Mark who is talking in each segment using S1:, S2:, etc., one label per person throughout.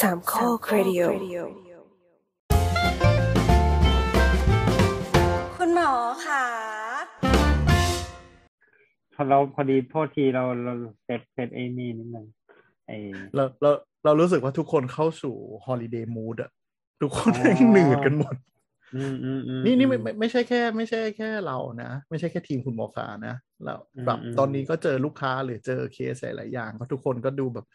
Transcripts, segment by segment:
S1: สามข้อครดิโอ
S2: คุณหมอค่ะ
S3: พอเราพอดีโทษทีเราเราเซตเซตไอ้นี่นิดนึงไอ้
S4: เราเราเรารู้สึกว่าทุกคนเข้าสู่ฮอลิเดย์มูดอะทุกคน
S3: อ๋อ
S4: แม่งหนืดกันหมด
S3: อืมอืมอืม
S4: นี่นี่ไม่ไม่ไม่ใช่แค่ ไม่ใช่แค่เรานะ ไม่ใช่แค่ทีมคุณหมอฟ้านะเรา
S3: อืม
S4: แบบ
S3: อืม
S4: ตอนนี้ก็เจอลูกค้าหรือเจอเคสหลายๆอย่างก็ทุกคนก็ดูแบบ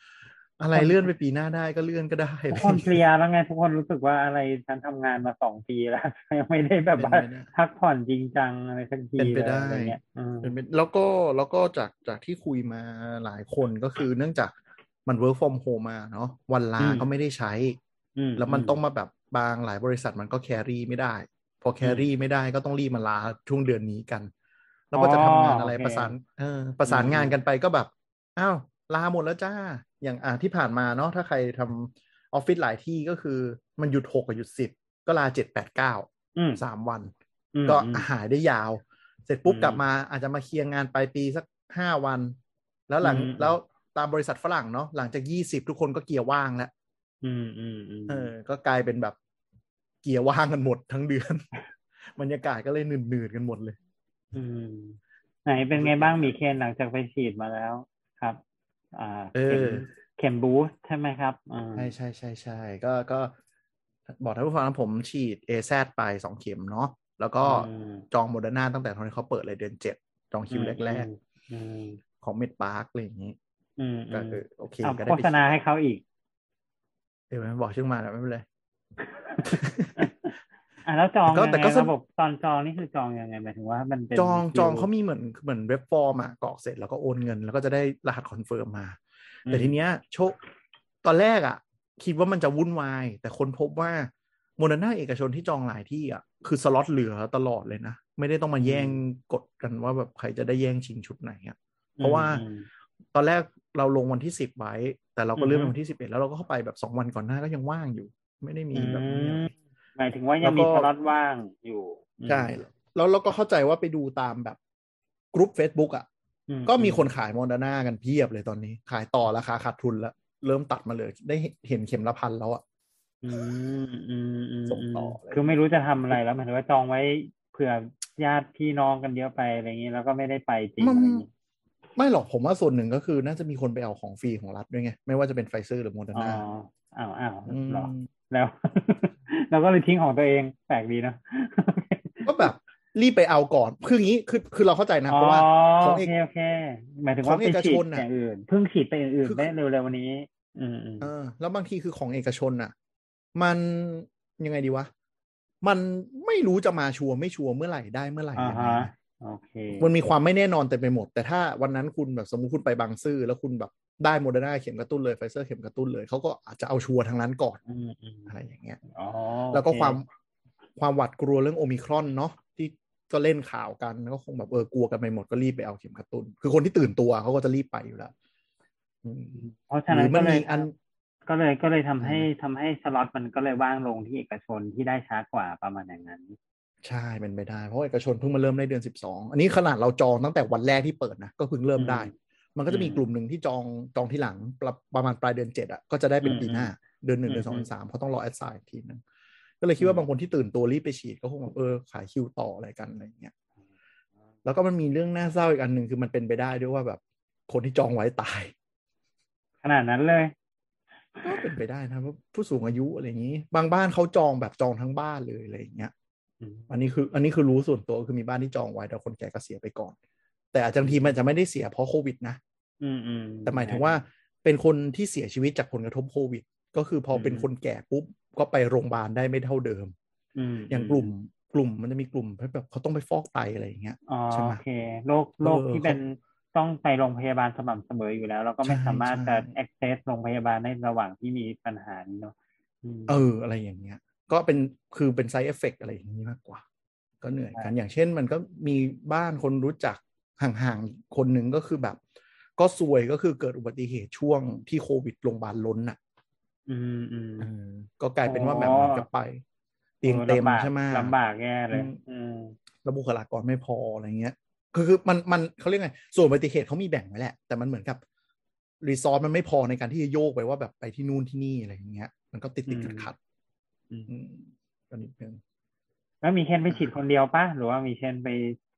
S4: อะไรเลื่อนไปปีหน้าได้ก็เลื่อนก็ได้
S3: ทุกคนเพลียแล้วไงทุกคนรู้สึกว่าอะไรฉันทำงานมาสองปีแล้ว ยังไม่ได้แบบว่า
S4: เป็นไปได้
S3: พักผ่อนจริงจังอะไรสักที
S4: เป็นไป
S3: เลย
S4: ได้
S3: อะไรเงี้ยอืม
S4: เป็นเป็นแล้วก็แล้วก็จากจากที่คุยมาหลายคนก็คือเนื่องจากมัน work from home มาเนาะวันลา
S3: อืม
S4: ก็ไม่ได้ใช้
S3: อื
S4: แล้วมันต้องมาแบบบางหลายบริษัทมันก็แครี่ไม่ได้ พอแครี่ไม่ได้ก็ต้องรีบมาลาช่วงเดือนนี้กัน แล้วก็จะทำงานอะไร
S3: โเค
S4: ประสานเออประสานงานกันไปก็แบบอ้าวลาหมดแล้วจ้า อย่างอ่าที่ผ่านมาเนาะถ้าใครทำออฟฟิศหลายที่ก็คือมันหยุดหกกับหยุดสิบก็ลาเจ็ดแปดเก้า
S3: อืม
S4: สามวัน
S3: อืม
S4: ก็
S3: อืม
S4: หายได้ยาว เสร็จปุ๊บ
S3: อืม
S4: กลับมาอาจจะมาเคลียร์งานปลายปีสักห้าวัน แล้วหลัง
S3: อืม
S4: แล้วตามบริษัทฝรั่งเนาะหลังจากยี่สิบทุกคนก็เกียร์ว่างแล้ว
S3: อืมอืมอืม
S4: เออ ก็กลายเป็นแบบเกียร์ว่างกันหมดทั้งเดือน บรรยากาศก็เลยหนืดๆกันหมดเลย
S3: มไหนเป็นไงบ้างมีเคนหลังจากไปฉีดมาแล้วครับ อ่า
S4: เอ
S3: ข็ม
S4: อ
S3: เข็มบูสต์ใช่ไหมครับอ่า
S4: ใช่ใช่ใช่ใช่ก็ก็บอกท่านผู้ฟังนะผมฉีดเอแซดไปสองเข็มเนาะแล้วก็
S3: อืม
S4: จองโมเดอร์นาตั้งแต่ตอนที่เขาเปิดเลยเดือนเจ็ดจองคิวแรก
S3: อืม
S4: ๆ ของเมดพาร์คอะไรอย่างนี้
S3: อืมอื
S4: ก็
S3: ม
S4: เออโอเค
S3: เอา
S4: ก็ได้
S3: โฆ
S4: ไป
S3: ษณา
S4: ฉีด
S3: ให้เขาอีก
S4: เดี๋ยวมันบอกชื่อมาแล้วไม่เป็นไร
S3: อ่ะแล้วจอง
S4: ก็
S3: ยัง
S4: แต่
S3: ไง
S4: ก็สนุก
S3: ระบบตอนจองนี่คือจองยังไงหมายถึงว่ามันเป็น
S4: จอง
S3: คิว
S4: จองเขามีเหมือนเหมือนเว็บฟอร์มอะกรอกเสร็จแล้วก็โอนเงิน แล้วก็จะได้รหัสคอนเฟิร์มมา
S3: อืม
S4: แต่ทีเนี้ยโชคตอนแรกอะคิดว่ามันจะวุ่นวาย แต่คนพบว่าโมเดอร์นาเอกชนที่จองหลายที่อะคือสล็อตเหลือตลอดเลยนะ ไม่ได้ต้องมาแย่งกดกันว่าแบบใครจะได้แย่งชิงชุดไหนอะเพราะว่า
S3: อืม
S4: ตอนแรกเราลงวันที่สิบไว้ แต่เราก็เลื่อน
S3: อื
S4: ไป
S3: อฮึ
S4: วันที่สิบเอ็ดแล้วเราก็เข้าไปแบบสองวันก่อนหน้าก็ยังว่างอยู่ ไม่ได้มี
S3: อื
S4: แบบนี้อะ
S3: มหมายถึงว่ายังมี
S4: แล้วก็
S3: สล็อตว่างอยู่
S4: ใช่แล้วเราก็เข้าใจว่าไปดูตามแบบกรุ๊ป Facebook อ่ะ
S3: อื
S4: ก็มีคนขายโมเดอร์นากันเพียบเลยตอนนี้ ขายต่อราคาขาดทุนแล้ว เริ่มตัดมาเหลย ได้เห็นเข็มละพันแล้วอ่ะ
S3: อืมอืมอืม
S4: ส่งต่ออะไร
S3: คือไม่รู้จะทำอะไรแล้วหมายถึงว่าจองไว้เผื่อญาติพี่น้องกันเยอะไปอะไรอย่างนี้แล้วก็ไม่ได้ไปจริง
S4: มัน
S3: อะไรอย่างนี้
S4: ไม่หรอกผมว่าส่วนหนึ่งก็คือน่าจะมีคนไปเอาของฟรีของรัฐด้วยไง ไม่ว่าจะเป็นไฟเซอร์หรือโมเดอ
S3: อ๋
S4: ร์
S3: อ
S4: นา
S3: อ้าวอ้าว
S4: ม
S3: เหรอแล้ว เราก็เลยทิ้งของตัวเองแปลกดีเนอะ
S4: ก็แบบรีบไปเอาก่อนคืออย่างนี้คือคือเราเข้าใจนะ
S3: อ๋อ
S4: เพราะว่าข
S3: โอ
S4: อง
S3: เค
S4: เอก
S3: โอเคหมายถึงว่า
S4: ของ
S3: ไป
S4: เอก
S3: ฉีด
S4: ชนน่ะ
S3: อย่างอื่นเพิ่งฉีดไปอย่างอื่น
S4: คือ
S3: ได้เร็วๆวันนี้ อืมอืม
S4: เออแล้วบางทีคือของเอกชนน่ะ มันยังไงดีวะ มันไม่รู้จะมาชัวร์ไม่ชัวร์เมื่อไหร่ได้เมื่อไหร่
S3: อ่า
S4: ยังไง
S3: ฮะ
S4: นะ
S3: โอเค
S4: มันมีความไม่แน่นอนเต็มไปหมด แต่ถ้าวันนั้นคุณแบบสมมติคุณไปบางซื่อแล้วคุณแบบได้โมเดอร์นาเข็มกระตุ้นเลยไฟเซอร์เข็มกระตุ้นเลยเขาก็อาจจะเอาชัวร์ทางนั้นก่อน
S3: อืมอืม
S4: อะไรอย่างเงี้ย
S3: อ๋อ
S4: แล้วก็
S3: โอเ
S4: ความความหวาดกลัวเรื่องโอมิครอนเนาะที่ก็เล่นข่าวกันก็คงแบบเออกลัวกันไปหมดก็รีบไปเอาเข็มกระตุ้น คือคนที่ตื่นตัวเขาก็จะรีบไปอยู่แล้วอืม
S3: เพราะฉะ
S4: หรื
S3: นั้นก็
S4: อมัน
S3: เล
S4: มี
S3: ย
S4: อัน
S3: ก็เลยก็เลยทำให้ทำให้สล็อตมันก็เลยว่างลงที่เอกชนที่ได้ช้ากว่าประมาณอย่างนั้น
S4: ใช่เป็นไปได้ เพราะเอกชนเพิ่งมาเริ่มได้เดือนสิบสองอันนี้ขนาดเราจองตั้งแต่วันแรกที่เปิดนะก็เพิ่งเริ่มได้
S3: อืม
S4: มันก็จะมี
S3: อืม
S4: กลุ่มหนึ่งที่จองจองที่หลังประประมาณปลายเดือนเจ็ดอ่ะก็จะได้เป็นปีหน้า เดือนหนึ่งเดือนสอง
S3: อืม
S4: เดือนสามเพราะต้องรอแอดไซน์อีกทีนึงก็เลยคิดว่าบางคนที่ตื่นตัวรีบไปฉีดก็คงแบบเออขายคิวต่ออะไรกันอะไรอย่างเงี้ยแล้วก็มันมีเรื่องน่าเศร้าอีกอันหนึ่งคือมันเป็นไปได้ด้วยว่าแบบคนที่จองไว้ตาย
S3: ขนาดนั้นเลย
S4: ก็เป็นไปได้นะเพราะผู้สูงอายุอะไรอย่างนี้ บางบ้านเขาจองแบบจองทั้งบ้านเลยอะไรอย่างเงี้ย
S3: อืม
S4: อันนี้คืออันนี้คือรู้ส่วนตัวคือมีบ้านที่จองไว้แต่คนแก่ก็เสียไปก่อน แต่อาจจะบางทีมันจะไม่ได้เสียเพราะโควิดนะ
S3: อืมอืม
S4: แต่หมายถึงว่าเป็นคนที่เสียชีวิตจากผลกระทบโควิด ก็คือพอเป็น
S3: อืม
S4: คนแก่ปุ๊บ ก็ไปโรงพยาบาลได้ไม่เท่าเดิม
S3: ม
S4: อย่างกลุ่มกลุ่มมันจะมีกลุ่มแบบเขาต้องไปฟอกไตอะไรอย่างเงี้ย
S3: อ๋อ
S4: ใช่ไหม
S3: โอเคโรคโรค
S4: เออ
S3: ที่เป็นต้องไปโรงพยาบาลสม่ำเสมออยู่แล้ว เราก็ไม่
S4: ใช่
S3: สามารถ
S4: ใช่
S3: จะ access โรงพยาบาลในระหว่างที่มีปัญหานี้เนาะอืม
S4: เอออะไรอย่างเงี้ย ก็เป็นคือเป็น side effect อะไรอย่างนี้มากกว่า ก็เหนื่อยกัน อย่างเช่นมันก็มีบ้านคนรู้จักห่างๆ คนหนึ่งก็คือแบบ ก็ซวยก็คือเกิดอุบัติเหตุช่วงที่โควิดโรงพยาบาลล้นอ่ะ
S3: อืมอืม
S4: เออก็กลายเป็นว่า
S3: อ๋อ
S4: แบบเหมือนกับไป เตียงเต็ม
S3: โอ้ลำบาก
S4: ใช่ไหม
S3: ลำบากแย่เลย
S4: อืม
S3: อืม
S4: แล้วบุคลากรไม่พออะไรเงี้ย คือคือมันมันเขาเรียกไง ส่วนอุบัติเหตุเขามีแบ่งไว้แหละ แต่มันเหมือนกับ รีซอสมันไม่พอในการที่จะโยกไปว่าแบบไปที่นู่นที่นี่อะไรอย่างเงี้ย มันก็ติดติดขัดขัดๆ
S3: อืม
S4: อืมก็นิดนึง
S3: แล้วมีเคนไปฉีดคนเดียวปะหรือว่ามีเคนไป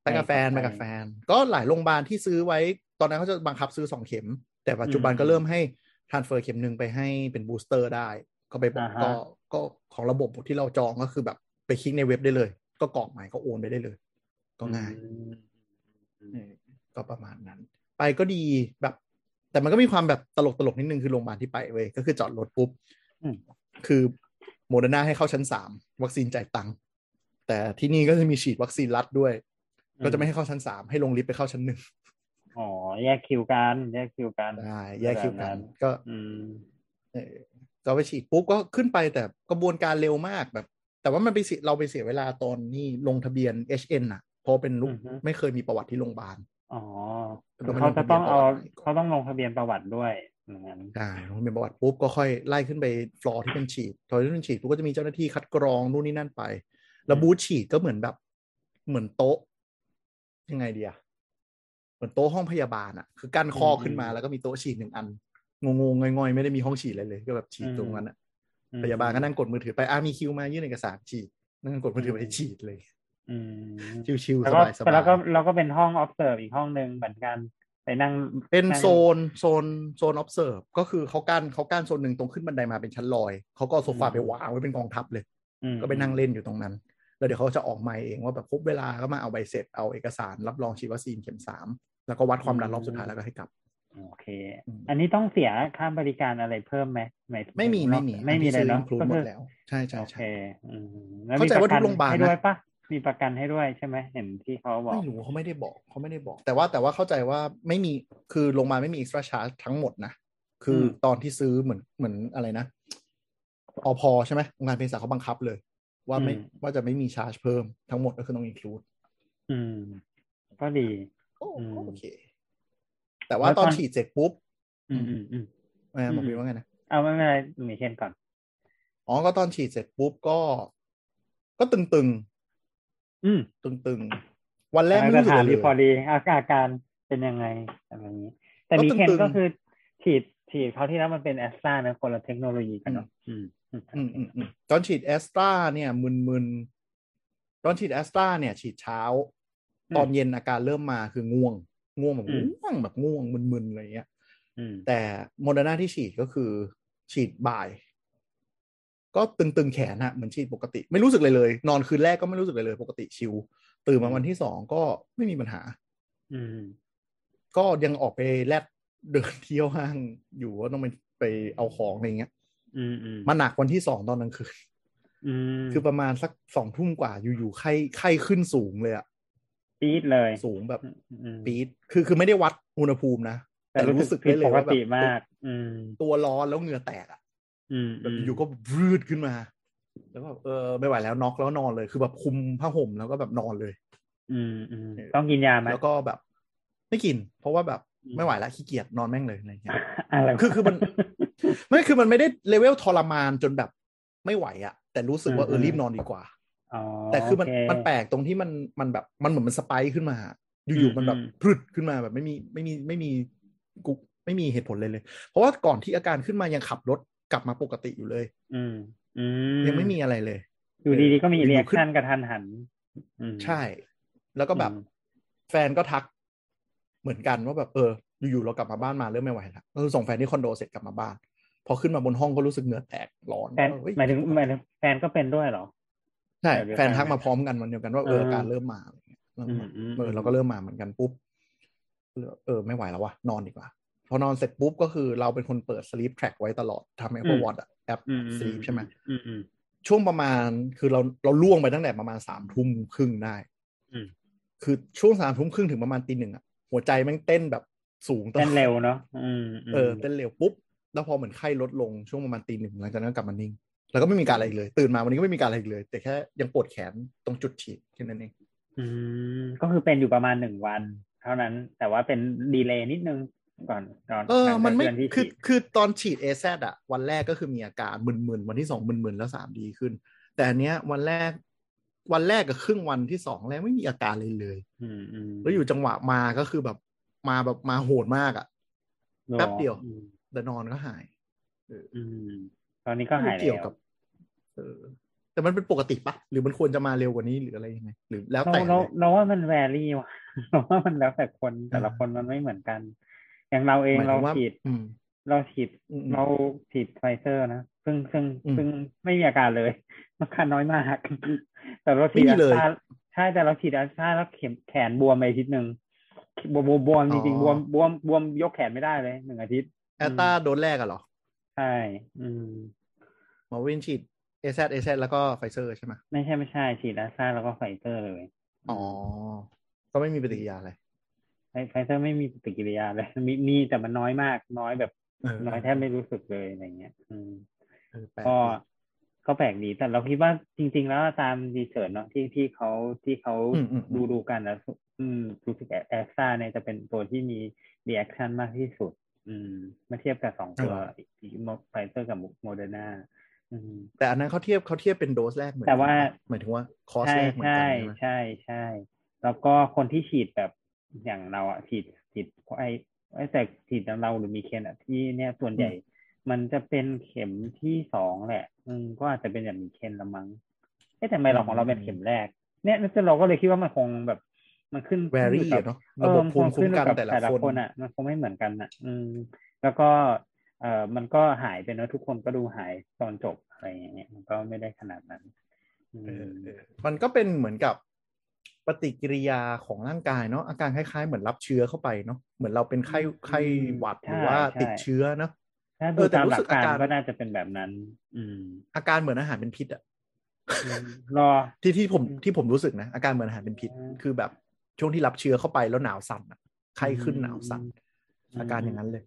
S4: ไปกับแฟนไปกับแฟน ก็หลายโรงพยาบาลที่ซื้อไว้ ตอนนั้นเขาจะบังคับซื้อสองเข็ม แต่ปัจจุบันก็เริ่มให้ทรานเฟอร์เข็มหนึ่งไปให้เป็นบูสเตอร์ได้ ก็ไปบอกก็ก็ของระบบที่เราจองก็คือแบบไปคลิกในเว็บได้เลย ก็กรอกหมายก็โอนไปได้เลย ก็ง่าย
S3: อืมอืมอืม
S4: ก็ประมาณนั้น ไปก็ดีแบบ แต่มันก็มีความแบบตลกตลกๆนิดนึงคือโรงพยาบาลที่ไปเว้ยก็คือจอดรถปุ๊บ
S3: อืม
S4: คือโมเดอร์นาให้เข้าชั้นสามวัคซีนจ่ายตังค์แต่ที่นี่ก็จะมีฉีดวัคซีนรัดด้วย
S3: อืม
S4: ก็จะไม่ให้เข้าชั้นสามให้ลงลิฟต์ไปเข้าชั้นหนึ่ง
S3: อ๋อแยกคิวกันแยกคิวกัน
S4: ได้แยกคิวกัน ก็
S3: อืม
S4: เออก็ไปฉีดปุ๊บก็ขึ้นไปแต่กระบวนการเร็วมากแบบ แต่ว่ามันไปเสียเราไปเสียเวลาตอนนี่ลงทะเบียน HN น่ะเพราะเป็นลูก
S3: อือฮึ
S4: ไม่เคยมีประวัติที่โรงพยาบาล
S3: อ๋อ
S4: แล้วก็
S3: เขาจะต้องเอา
S4: มันลงทะเบียนประวัติ
S3: เขาต้องลงทะเบียนประวัติด้วยอย่างนั้น
S4: ใช่ลงทะเบียนประวัติปุ๊บก็ค่อยไล่ขึ้นไปฟลอร์ที่เป็นฉีดฟลอร์ที่เป็นฉีดปุ๊บก็จะมีเจ้าหน้าที่คัดกรองนู่นนี่นั่นไป แล้วบูธฉีดก็เหมือนแบบ เหมือนโต๊ะ ยังไงเดียเหมือนโต๊ะห้องพยาบาลอะคือกั้นคอขึ้นมาแล้วก็มีโต๊ะฉีดหนึ่งอันงงงๆงอยๆไม่ได้มีห้องฉีดอะไรเลย ก็แบบฉีดตรงนั้นอะ
S3: อืม
S4: พยาบาลก็นั่งกดมือถือไปอ่ามีคิวมายื่นเอกสารฉีดนั่งกดมือถือไปฉีดเลย
S3: อืม
S4: ชิวๆ
S3: แล้ว
S4: ส
S3: ก็
S4: บายสบา
S3: แล้วก็
S4: ย
S3: แล้วก็เป็นห้อง observe อีกห้องหนึ่งเหมือนกัน ไปนั่ง
S4: เป็นโซนโซนโซน observe ก็คือเขากั้นเขากั้นโซนหนึ่งตรงขึ้นบันไดมาเป็นชั้นลอย เขาก็เอาโซฟาไปวางไว้เป็นกองทัพเลย
S3: อืม
S4: ก็ไปนั่งเล่นอยู่ตรงนั้น แล้วเดี๋ยวเขาจะออกไมค์เองว่าแบบครบเวลาก็มาเอาใบเสร็จเอาเอกสารรับรองฉีดวัคซีนเข็มสามแล้วก็วัดความดันรอบสุดท้ายแล้วก็ให้กลับ
S3: โอเค
S4: อืม
S3: อันนี้ต้องเสียค่าบริการอะไรเพิ่มไหมหายถึง
S4: ไม่มีไม่มี
S3: ไม่มีเลยเนาะ
S4: ครู
S3: ก็
S4: หม
S3: คื
S4: ด
S3: อ
S4: แล้วใช่ใช่
S3: โอเค
S4: ใช่
S3: อืมแล้ว
S4: เข้า
S3: มี
S4: ใจ
S3: ประ
S4: ว่าทุ
S3: กั
S4: กโรงพยาบาลนะ
S3: ให้ด้วยปะมีประกันให้ด้วยใช่ไหมเห็นที่เขาบอก
S4: ไม่รู้เขาไม่ได้บอกเขาไม่ได้บอก แต่ว่าแต่ว่าเข้าใจว่าไม่มีคือโรงพยาบาลไม่มี extra charge ทั้งหมดนะ คืออ
S3: ม
S4: ตอนที่ซื้อเหมือนเหมือนอะไรนะอพใช่ไหมงานเพศาเขาบังคับเลย ว่าไม่ว่าจะไม่มีชาร์จเพิ่มทั้งหมดก็คือต้อง include
S3: อืม ก็ดี
S4: โอ้
S3: อืม
S4: โอเค แต่ว่า
S3: แล้ว
S4: ต
S3: ต
S4: อ
S3: อน น
S4: ฉีดเสร็จปุ๊บ
S3: อืมอืมอืม
S4: แม่หม
S3: อื
S4: อ
S3: ม
S4: พีว่าไงนะ
S3: เอาไม่เป็นไรหมีเคนก่อน
S4: อ๋อ ก็ตอนฉีดเสร็จปุ๊บก็ ก็ตึงตึง
S3: อืม
S4: ตึงตึงๆ วันแรกไม่รู้สึก
S3: ถาม
S4: อะไร
S3: ดีพอ
S4: เลย
S3: ดีอาอาการเป็นยังไงอะไรอย่างนี้ แต่
S4: ก็
S3: หมีเคน
S4: ตึงๆ
S3: ก็คือฉีดฉีดเขาวที่แล้วมันเป็นแอสตรานะคนละเทคโนโลยีกันเนาะอืมอืม
S4: อืมอืมอืมตอนฉีดแอสตราเนี่ยมึนมึนๆตอนฉีดแอสตราเนี่ย ฉีดเช้า ตอนเย็นอาการเริ่มมาคือง่วง ง่วงแบบง่วงแบบง่วงมึนมึนๆอะไรเงี้ย
S3: อืม
S4: แต่โมเดอร์นาที่ฉีดก็คือ ฉีดบ่าย ก็ตึงตึงๆแขนอะเหมือนฉีดปกติ ไม่รู้สึกเลยเลย นอนคืนแรกก็ไม่รู้สึกเลยเลย ปกติชิว ตื่นมาวันที่สองก็ไม่มีปัญหา
S3: อืม
S4: ก็ยังออกไปแลด เดินเที่ยวห้างอยู่ว่าต้องไปไปเอาของอะไรเงี้ย
S3: อืมอืม
S4: มาหนักวันที่สองตอนกลางคืน
S3: อืม
S4: คือประมาณสักสองทุ่มกว่าอยู่ๆไข้ไข้ขึ้นสูงเลยอะ
S3: ปี๊ดเลย
S4: สูงแบบ
S3: อืม
S4: ปี๊ดคือคือไม่ได้วัดอุณหภูมินะ แต่
S3: แต่
S4: รู้
S3: รู้สึ
S4: สึก
S3: ก
S4: ได้
S3: ผิด
S4: เลย
S3: ปก
S4: ว่าแบบ
S3: ติมาก อืม
S4: ตัวร้อนแล้วเหงื่อแตกอะ
S3: อืม
S4: แบบอยู่ๆก็วืดขึ้นมา แล้วก็เออไม่ไหวแล้วน็อกแล้วนอนเลยคือแบบคุมผ้าห่มแล้วก็แบบนอนเลย
S3: อืมอืม
S4: เออ
S3: ต้องกินยาไหม
S4: แล้วก็แบบ ไม่กิน เพราะว่าแบบ
S3: อืม
S4: ไม่ไหวแล้วขี้เกียจนอนแม่งเลยอะไรเงี้ย
S3: อะไรวะ
S4: คือคือมัน ไม่คือมันไม่ได้เลเวลทรมานจนแบบไม่ไหวอะแต่รู้สึกว่าเออ
S3: อืมอืม
S4: รีบนอนดีกว่า
S3: อ๋อ
S4: แต่คือมัน
S3: โเ
S4: มันแปลกตรงที่มันมันแบบมันเหมือนมันสไปค์ขึ้นมาอยู่
S3: อื
S4: ๆ
S3: ม
S4: มันแบบ
S3: อืม
S4: พรึดขึ้นมาแบบไม่มีไม่มีไม่มีกุไม่มีเหตุผลเลยเลย เพราะว่าก่อนที่อาการขึ้นมายังขับรถกลับมาปกติอยู่เลย
S3: อืม อืม
S4: ยังไม่มีอะไรเลย
S3: อยู่ดีๆก็มี
S4: อยู่ๆ
S3: เรียก
S4: ขึ้น
S3: ชั่นกระทันหันอืม
S4: ใช่ แล้วก็แบบ
S3: อืม
S4: แฟนก็ทักเหมือนกันว่าแบบเออ อยู่ๆเรากลับมาบ้านมาเริ่มไม่ไหวแล้วเออส่งแฟนที่คอนโดเสร็จกลับมาบ้าน พอขึ้นมาบนห้องก็รู้สึกเหงื่อแตกร้อน
S3: แฟน
S4: เออเฮ้ย
S3: หมายถึงหมายถึงแฟนก็เป็นด้วยเหรอ
S4: ใช่
S3: แบบเดียวกัน
S4: แฟนทักมาพร้อมกันวันเดียวกันว่าเอออา การเริ่มมาอะไรเงี้ยเริ่ม
S3: อืม
S4: มา
S3: อืม
S4: เออเราก็เริ่มมาเหมือนกันปุ๊บก็เลยเออ ไม่ไหวแล้ววะนอนดีกว่า พอนอนเสร็จปุ๊บก็คือเราเป็นคนเปิด sleep track ไว้ตลอดทำ Apple Watch อะแอป
S3: อืมอื
S4: sleep ใช่ไหม
S3: อืมอืม
S4: ช่วงประมาณคือเราเราล่วงไปตั้งแต่ประมาณสามทุ่มครึ่งได้
S3: อืม
S4: คือช่วงสามทุ่มครึ่งถึงประมาณตีหนึ่งอะหัวใจแม่งเต้นแบบสูงตลอด
S3: เต้นเร็วเนาะอืมม
S4: เออเต้นเร็วปุ๊บ แล้วพอเหมือนไข้ลดลงช่วงประมาณตีหนึ่งหลังจากนั้นก็กลับมานิ่ง แล้วก็ไม่มีการอะไรอีกเลย ตื่นมาวันนี้ก็ไม่มีการอะไรอีกเลย แต่แค่ยังปวดแขนตรงจุดฉีดแค่นั้นเอง
S3: อืมก็คือเป็นอยู่ประมาณหนึ่งวัน เท่านั้น แต่ว่าเป็นดีเลย์นิดนึงก่อนก่อน
S4: เออ
S3: หลังจาก
S4: มันไม่
S3: เดืที่
S4: คือ
S3: ฉีด
S4: คือ ตอนฉีดเอซอะวันแรกก็คือมีอาการมึนๆ วันที่สองมึนๆ แล้วสามดีขึ้น แต่อันเนี้ยวันแรก วันแรกกับครึ่งวันที่สองแรกไม่มีอาการเลยเลย
S3: อืมอืม
S4: แล้วอยู่จังหวะมาก็คือแบบ มาแบบมาโหดมากอะ แป๊บเดียว
S3: อืม
S4: แต่นอนก็หาย
S3: อืมตอนนี้ก็หาย
S4: ไม่เกี่ยว
S3: แล้ว
S4: กับ เออ แต่มันเป็นปกติปะหรือมันควรจะมาเร็วกว่านี้หรืออะไรยังไงหรือแล้ว
S3: เรา
S4: แต่
S3: เรา
S4: เลย
S3: เราว่ามันแวรี่ว่ะ เราว่ามันแล้วแต่คนแต่ละ
S4: อ่า
S3: คนมันไม่เหมือนกัน อย่างเราเอง
S4: หมาย
S3: เรา
S4: ถึงว่า
S3: ฉีด
S4: อืม
S3: เราฉีด
S4: อืม
S3: เราฉีดไฟเซอร์นะ ซึ่งซึ่ง
S4: อืม
S3: ซึ่งไม่มีอาการเลย อาการน้อยมาก แต่เราฉีด
S4: ไม่มีเลย
S3: อัสตราใช่แต่เราฉีดอัสตราแล้วเข็มแขนบวมไปอาทิตย์หนึ่งบวมบวมบวม
S4: อ๋
S3: จ
S4: อ
S3: ริงๆบวมบวมบวมยกแขนไม่ได้เลยหนึ่งอาทิตย์
S4: แอตตาโดนแรกอะเหรอ
S3: ใช่อืม
S4: หมอวินฉีดเอซเอซแล้วก็ไฟเซอร์ใช่ไหม
S3: ไม่ใช่ไม่ใช่ฉีดอัสตราแล้วก็ไฟเซอร์เลย
S4: อ๋อ ก็ไม่มีปฏิกิริยาอะไร
S3: ไฟไฟเซอร์ไม่มีปฏิกิริยาเลย มีมีแต่มันน้อยมาก น้อยแบบ
S4: เออ
S3: น้อยแทบไม่รู้สึกเลยอะไรเงี้ย อืม
S4: เออแปลก
S3: ก็
S4: ดี
S3: ก็แปลกดี แต่เราคิดว่าจริง ๆ แล้วตามดีเสิร์ชเนาะที่ที่เขาที่เขา
S4: อืมอืมอืม
S3: ดูดูกันแล้วอืมรู้สึกแอคซ่าเนี่ยจะเป็นตัวที่มีรีแอคชั่นมากที่สุด อืมเมื่อเทียบกับสองตัวไฟเซอร์กับโมเดอร์นาอืม
S4: แต่อันนั้นเขาเทียบเขาเทียบเป็นโดสแรกเหมือน
S3: แต่ว่า
S4: กันปะหมายถึงว่าคอส
S3: ใช่
S4: แรกเหมือนกั
S3: ใช่
S4: นใช่ไหม
S3: ใช่ใช่แล้วก็คนที่ฉีดแบบอย่างเราอะฉีดฉีดไอไอแต่ฉีดอย่างเราหรือมีเคนอะที่เนี่ยส่วนใหญ่ มันจะเป็นเข็มที่สองแหละ อืมก็อาจจะเป็นอย่างมีเคนละมั้งเอ๊ะแต่ทำไมเราของเราเป็นเข็มแรก เนี่ยเราก็เลยคิดว่ามันคงแบบมันขึ้น
S4: แว
S3: ขึ้นอ
S4: รี่
S3: ยู่กับ
S4: เนาะ
S3: เอ
S4: ระ
S3: อ
S4: บบ
S3: มัน
S4: ภูมิคุ้มกัน
S3: ขึ้อยู่บ
S4: แต่ละคน
S3: อ่ะ มันคงไม่เหมือนกันอ่ะ อืม แล้วก็ เออมันก็หายไปเนอะทุกคนก็ดูหายตอนจบอะไรอย่างเงี้ย มันก็ไม่ได้ขนาดนั้น อื
S4: เออ
S3: ม
S4: เออมันก็เป็นเหมือนกับปฏิกิริยาของร่างกายเนาะอาการคล้ายๆ เหมือนรับเชื้อเข้าไปเนาะเหมือนเราเป็นไข้
S3: อืม
S4: ไข้หวัด
S3: ใช่
S4: หรือว่า
S3: ใช่
S4: ติดเชื้อเนาะ
S3: ถ้า
S4: เอ
S3: ดู
S4: อแต่
S3: ตาม
S4: รู้
S3: หลั
S4: สึ
S3: ก
S4: ก
S3: การ
S4: อาการ
S3: ก็น่าจะเป็นแบบนั้น อืม
S4: อาการเหมือนอาหารเป็นพิษอะ
S3: อืมรอ
S4: ที่ที่ผมที่ผมรู้สึกนะ อาการเหมือนอาหารเป็นพิษ
S3: อืม
S4: คือแบบช่วงที่รับเชื้อเข้าไปแล้วหนาวสั่นอะไข้ขึ้น
S3: อืม
S4: หนาวสั่น
S3: อืม
S4: อาการอย่างนั้นเลย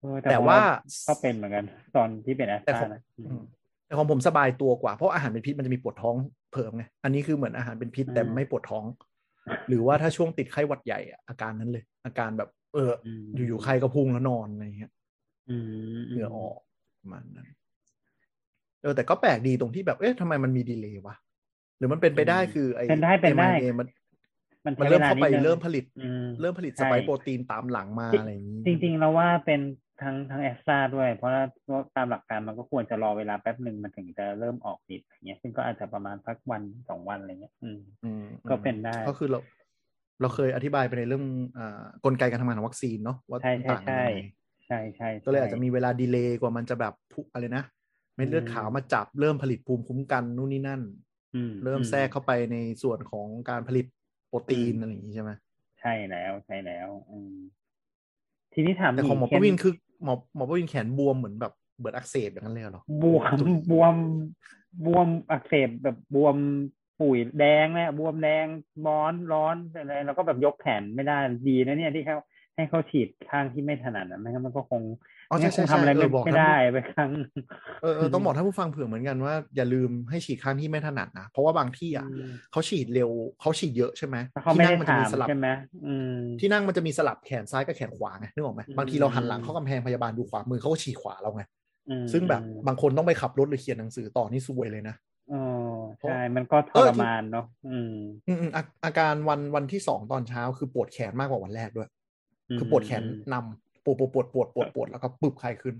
S3: เออ
S4: แต่
S3: ของ
S4: ว่า
S3: เรก็เป็นเหมือนกัน ตอนที่เป็นแอส
S4: แต่
S3: ตรา
S4: ของ
S3: นะอื
S4: อื
S3: ม
S4: มแต่ของผมสบายตัวกว่าเพราะอาหารเป็นพิษมันจะมีปวดท้องเพิ่มไงอันนี้คือเหมือนอาหารเป็นพิษ
S3: อืม
S4: แต่ไม่ปวดท้อง หรือว่าถ้าช่วงติดไข้หวัดใหญ่อะอาการนั้นเลย อาการแบบ เออ
S3: ม
S4: อยู่ๆไข้ก็พุ่งแล้วนอนอะไรเงี้ย
S3: อืม
S4: เหงื่อออกประมาณนั้นเออแต่ก็แปลกดีตรงที่แบบเอ๊ะทำไมมันมีดีเลย์วะหรือมันเป็นไปได้คือไอ้
S3: เป็นได้เป็นได้
S4: mRNA มัน
S3: มัน
S4: มัน
S3: ใช้
S4: เริ่ม
S3: วล
S4: เข้าไป
S3: นิดนึง
S4: เริ่มผลิต
S3: อืม
S4: เริ่มผลิตส
S3: ใช่
S4: ไปค์โปรตีนตามหลังมาอะไรอย่างนี้
S3: จริงๆเราว่าเป็นทั้งทั้งแอสตราด้วย เพราะว่าตามหลักการมันก็ควรจะรอเวลาแป๊บหนึ่งมันถึงจะเริ่มออกฤทธิ์อย่างเงี้ยซึ่งก็อาจจะประมาณสักวันสองวันอะไรเงี้ยอืม
S4: อืม
S3: ก็เป็นได้
S4: ก็คือเรา เราเคยอธิบายไปในเรื่องอ่ากลไกการทำงานของวัคซีนเนาะว่า
S3: ใช่ใช่
S4: ต่างกัน
S3: ใช่
S4: ยังไง
S3: ใช่ใช่ใช่
S4: ก็เลยอาจจะมีเวลาดีเลย์กว่ามันจะแบบพุอะไรนะเม็ดเลือด
S3: อืม
S4: ขาวมาจับเริ่มผลิตภูมิคุ้มกันนู่นนี่นั่น
S3: อื
S4: เริ่มแทรก
S3: อื
S4: เข้าไปในส่วนของการผลิตโปรตีนอะไรอย่างนี้ใช่ไหม
S3: ใช่แล้วใช่แล้ว อืมทีนี้ถาม
S4: แต่ของหมอ
S3: เ
S4: ประวินคือหมอหมอประวินแขนบวมเหมือนแบบเบิดอักเสบอย่างนั้นเลยเหรอบ
S3: วม บวมบวมอักเสบแบบบวมปุ๋ยแดงนะบวมแดงร้อนร้อนอะไรแล้วก็แบบยกแขนไม่ได้ดีนะเนี่ยที่เขาให้เขาฉีดข้างที่ไม่ถนัดนะไม่งั้นมันก็คง
S4: อ๋อใช่ใช่
S3: งั้นคงทำอะไร
S4: ใช่เอ
S3: ไม่
S4: อบอก
S3: ไม่
S4: ท่าน
S3: ได้
S4: ผู้
S3: ไปครั้ง
S4: เออเออต้องบอกท่านผู้ฟังเผื่อเหมือนกันว่าอย่าลืมให้ฉีดข้างที่ไม่ถนัดนะ เพราะว่าบางที่อ่ะ
S3: อืม
S4: เขาฉีดเร็วเขาฉีดเยอะใช่ไหม
S3: แล้วเขา
S4: ที่
S3: ไม่
S4: นั่
S3: ได้
S4: งมันจะ
S3: ถา
S4: มี
S3: ม
S4: สลับ
S3: ใช่ไหมอืม
S4: ที่นั่งมันจะมีสลับแขนซ้ายกับแขนขวาไงนึกออกไหม
S3: อืม
S4: บางทีเราหันหลังเข้ากำแพงพยาบาลดูขวามือเขาก็ฉีกขวาเราไง
S3: อืม
S4: ซึ่งแบบ
S3: อืม
S4: บางคนต้องไปขับรถหรือเขียนหนังสือต่อนี่ซวยเลยนะ
S3: เออใช่มันก็ท
S4: เอ
S3: ร
S4: อที่
S3: มานเนาะอืม
S4: อืมๆอาอาการวันวันที่สองตอนเช้าคือปวดแขนมากกว่าวันแรกด้วย
S3: อืม
S4: คือปวดแขนนำปวดปวดปวดปวดปวดปวดแล้วก็ปึ๊บคลายขึ้น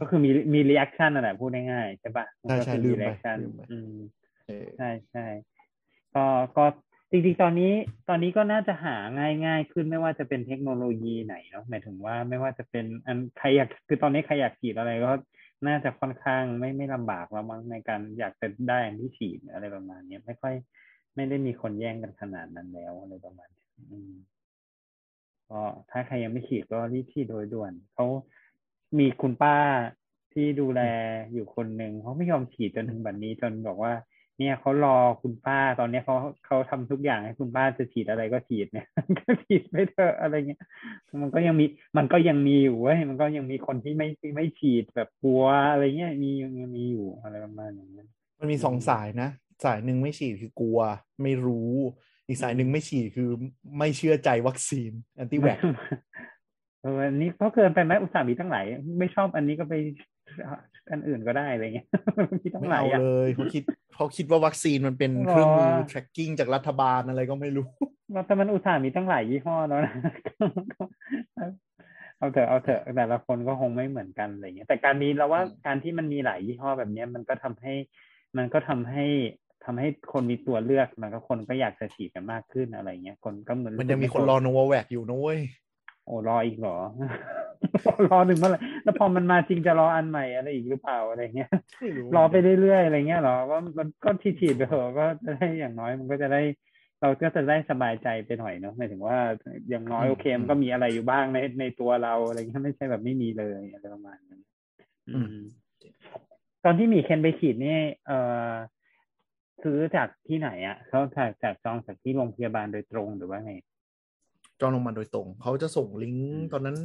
S3: ก็คือมีมีรีแอคชั่นนั่นแหละพูดง่ายๆใช่ปะ
S4: ใช่ใช่
S3: ก็คือ
S4: ลืมไป
S3: รีแอคชั่น
S4: ลืมไป
S3: อืม
S4: เออ
S3: ใช่ใช่ก็ก็จริงๆตอนนี้ตอนนี้ก็น่าจะหาง่ายง่ายขึ้นไม่ว่าจะเป็นเทคโนโลยีไหนเนาะหมายถึงว่าไม่ว่าจะเป็นอันใครอยากคือตอนนี้ใครอยากฉีดอะไรก็น่าจะค่อนข้างไม่ไม่ลำบากแล้วมั้งในการอยากจะได้อันที่ฉีดอะไรประมาณเนี้ยไม่ค่อย ไม่ได้มีคนแย่งกันขนาดนั้นแล้วอะไรประมาณเนี้ยอืมก็ถ้าใครยังไม่ฉีดก็รีบฉีดโดยด่วนเขามีคุณป้าที่ดูแลอยู่คนหนึ่งเขาไม่ยอมฉีดจนถึงบัดนนี้จนบอกว่า เนี่ยเขารอคุณป้าตอนเนี้ยเขาเขาทำทุกอย่างให้คุณป้าจะฉีดอะไรก็ฉีดเนี่ย ก็ฉีดไปเถอะอะไรเงี้ย มันก็ยังมีมันก็ยังมีอยู่เว้ยมันก็ยังมีคนที่ไม่ไม่ฉีดแบบกลัวอะไรเงี้ยมียังมีอยู่อะไรประมาณอย่างเงี้ย
S4: มันมีสอง
S3: อืม
S4: สายนะ สายหนึ่งไม่ฉีดคือกลัว ไม่รู้ อีกสายหนึ่งไม่ฉีดคือไม่เชื่อใจวัคซีนแอนติแวค
S3: เอออันนี้ก็เกินไปไหมอุตส่าห์มีตั้งหลายไม่ชอบอันนี้ก็ไปอันอื่นก็ได้อะไรเงี้ย มีตั้ง
S4: ไม่
S3: หลาย
S4: เอา
S3: อ่ะ
S4: เลยเขาคิดเขาคิดว่าวัคซีนมันเป็น
S3: หรอ
S4: เครื่องมือ tracking จากรัฐบาลอะไรก็ไม่รู้
S3: เราแต่มันอุตส่าห์มีตั้งหลายยี่ห้อแล้วนะ เอาเถอะเอาเถอะแต่ละคนก็คงไม่เหมือนกันอะไรเงี้ยแต่การมีเราว่าการที่มันมีหลายยี่ห้อแบบเนี้ยมันก็ทำให้ มันก็ทำให้ทำให้คนมีตัวเลือกมันก็คนก็อยากจะฉีดกันมากขึ้นอะไรเงี้ยคนก็เหมือน
S4: มันยังมีคนรอโนวาแวกอยู่นะเว้ย
S3: โอ้รออีกเหร อ รอหนึ่งเมื่อไหร่แล้วพอมันมาจริงจะรออันใหม่อะไรอีกหรือเปล่าอะไรเงี้ย รอไปเรื่อยๆอะไรเงี้ยเหรอว่ามันก็ฉีดๆไปเถอะก็จะได้อย่างน้อยมันก็จะได้ เราก็จะได้สบายใจไปหน่อยเนาะหมายถึงว่าอย่างน้อย
S4: อืม
S3: โอเคมัน
S4: อืม
S3: ก็มีอะไรอยู่บ้างในในตัวเราอะไรเงี้ยไม่ใช่แบบไม่มีเลยอะไรประมาณนั้น
S4: อืม
S3: อืม ตอนที่หมีเคนไปฉีดนี่เอ่อซื้อจากที่ไหนอะเขาจากจากจองจากที่โรงพยาบาลโดยตรงหรือว่าไง
S4: จองลงมาโดยตรง เขาจะส่งลิง
S3: อื
S4: ก์
S3: ม
S4: ตอนนั้น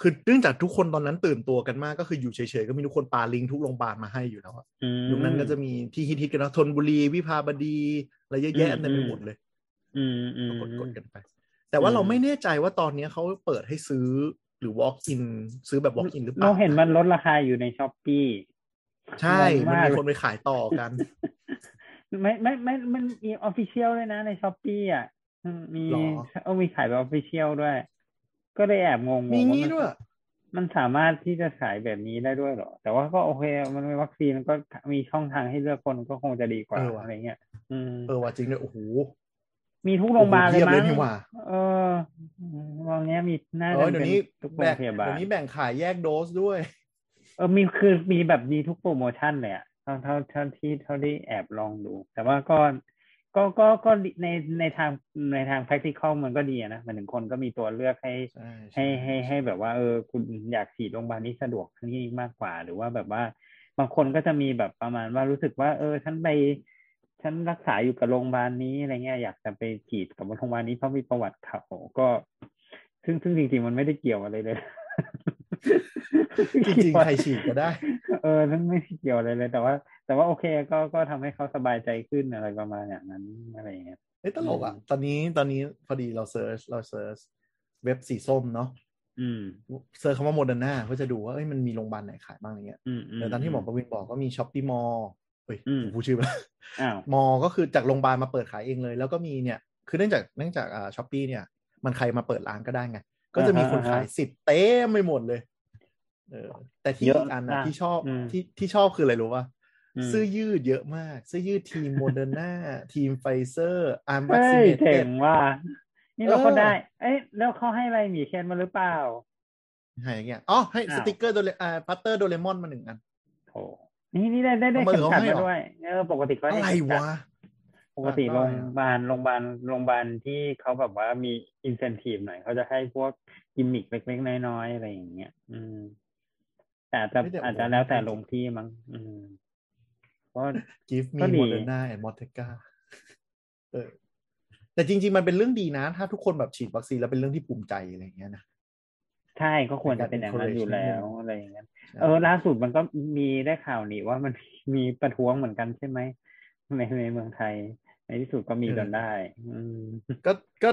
S4: คือเนื่องจากทุกคนตอนนั้นตื่นตัวกันมากก็คืออยู่เฉยๆก็มีทุกคนปาลิงก์ทุกโรงพยาบาลมาให้อยู่แล้วอะ
S3: อืม
S4: ยุคนั้นก็จะมีที่ฮิตๆกันนะธนบุรีวิภาบดีอะไรเยอะแยะ
S3: อืม
S4: เต็มไปหมดเลย
S3: อืมอืม
S4: ก็กดกดกันไป แต่ว่า
S3: อืม
S4: เราไม่แน่ใจว่าตอนเนี้ยเขาเปิดให้ซื้อหรือ walk in ซื้อแบบ walk in หรือเป
S3: เรา
S4: ล่า
S3: เห็นมันลดราคาอยู่ในช้อปปี้
S4: ใช่
S3: งง
S4: มัน
S3: มาก
S4: มีคนไปขายต่อกัน
S3: ไม่ไม่ไม่มันมีออฟฟิเชียลด้วยนะในช้อปปี้อ่ะอืมมี
S4: หรอ
S3: เอามีขายแบบออฟฟิเชียลด้วย ก็เลยแอบงงๆ
S4: มี
S3: ว่า
S4: งี้
S3: มัน
S4: ด้วย
S3: มันสามารถที่จะขายแบบนี้ได้ด้วยเหรอ แต่ว่าก็โอเคมันเป็นวัคซีนมันก็มีช่องทางให้เลือกคนก็คงจะดีกว่า
S4: เออว่ะ
S3: อะไรเงี้ยอืม
S4: เออว่าจริงด้วยโอ้โห
S3: มีทุกโรงพยาบาล
S4: โอ้โห
S3: เลย
S4: เยี่ยม
S3: มั้
S4: เล
S3: ง
S4: ยนี่หว่า
S3: เออตอนนี้ยมีน่า
S4: เอ
S3: จะ
S4: อเดี๋ยว
S3: เป็น
S4: นี้
S3: ทุกโรง
S4: แบ่ง
S3: พยาบา
S4: เดี๋ย
S3: ล
S4: วนี้แบ่งขายแยกโดสด้วย
S3: เออมีคือมีแบบนี้ทุกโปรโมชั่นเลยอะเท่าเท่าเท่าที่เท่าที่แอบลองดู แต่ว่าก็ก็ก็ก็ดีในในทางในทาง practical มันก็ดีอะนะหมันถึงคนก็มีตัวเลือกให้
S4: ใช่ช่
S3: ให้ให้ให้แบบว่าเออคุณอยากฉีดโรงพยาบาลนี้สะดวกที่นี่มากกว่า หรือว่าแบบว่าบางคนก็จะมีแบบประมาณว่ารู้สึกว่า เออฉันไปฉันรักษาอยู่กับโรงพยาบาลนี้อะไรเงี้ยอยากจะไปฉีดกับโรงพยาบาลนี้เพราะมีประวัติเขาก็ ซึ่งซึ่งจริงๆมันไม่ได้เกี่ยวอะไรเลย
S4: จริงๆใครฉีดก็ได้
S3: เออนั่นไม่เกี่ยวอะไรเลย แต่ว่า แต่ว่าโอเคก็ก็ทำให้เขาสบายใจขึ้นอะไรประมาณอย่างนั้นอะไรอย่างเงี้ย
S4: เอ้ยตลกอ่ะ
S3: อืม
S4: ตอนนี้ตอนนี้พอดีเราเซิร์ชเราเซิร์ชเว็บสีส้มเนาะ
S3: อืม
S4: เซิร์ชคำว่าโมเดอร์นาเพื่อจะดูว่าเอ้ยมันมีโรงพยาบาลไหนขายบ้างอะไรเงี้ย
S3: อืมอืม
S4: แต่ตอนที่หมอประวินบอกก็มีช้อปปี้มอลเฮ้ย
S3: อืม
S4: ผมพูดชื่อไปแล้ว
S3: อ้าว
S4: มอก็คือจากโรงพยาบาลมาเปิดขายเองเลย แล้วก็มีเนี่ย คือเนื่องจากเนื่องจากอ่าช้อปปีเนี่ย มันใครมาเปิดร้านก็ได้ไง ก็จะมีคนขายสิทธิ์เต็มไปหมดเลย เออ แต่ที่อีกอันนะที่ชอบที่ที่ชอบคืออะไรรู้ป่ะ
S3: ม
S4: เสื้อยืดเยอะมากเสื้อยืดทีมโมเดอร์นา ทีมไฟเซอร์อาร์มวัค
S3: เฮ้
S4: ซี
S3: ย
S4: เน
S3: เจ๋
S4: เต็ด
S3: งว่ะนี่เราก็
S4: เออ
S3: ได้ เอ้ยแล้วเขาให้อะไรหมีเคนมาหรือเปล่า
S4: หายอย่างเงี้ยอ๋อให้
S3: อ้าว
S4: สติกเกอร์โดเรอ่าปัตเตอร์โดเรมอนมาหนึ่งอัน
S3: โถนี่นี่ได้ได้ได้
S4: เอามา
S3: เข็มขัด
S4: เหรอให้
S3: มา
S4: เหรอ
S3: ด้วยเออปกติก็
S4: อะไร
S3: ได้เข็มขัด
S4: วะ
S3: ปกติ
S4: ได้
S3: โร
S4: อะ
S3: งพยาบาลโรงพยาบาลโรงพยาบาลที่เขาแบบว่ามีอินเซนティブหน่อยเขาจะให้พวกกิมมิคเล็กๆน้อยๆอะไรอย่างเงี้ยอืม แต่อาจจะ
S4: ไม่แต่โอ้โห
S3: อาจจะแล้วแต่โรงที่มั้งอืมเพราะ
S4: give
S3: ก็
S4: me
S3: ดี
S4: Moderna and Moderna เออ แต่จริง ๆ มันเป็นเรื่องดีนะ ถ้าทุกคนแบบฉีดวัคซีนแล้วเป็นเรื่องที่ภูมิใจอะไรอย่างเงี้ยนะ
S3: ใช่ก็ควรจะเป็นอย่างนั้น
S4: encourage
S3: อยู่แล้ว
S4: นิดนึง
S3: อะไรอย่างเงี้ย เออล่าสุดมันก็มีได้ข่าวนี่ว่ามัน มีประท้วงเหมือนกันใช่ไหมในในเมืองไทย ในที่สุดก็มี
S4: เออ
S3: จนได้ อืม
S4: ก็ก็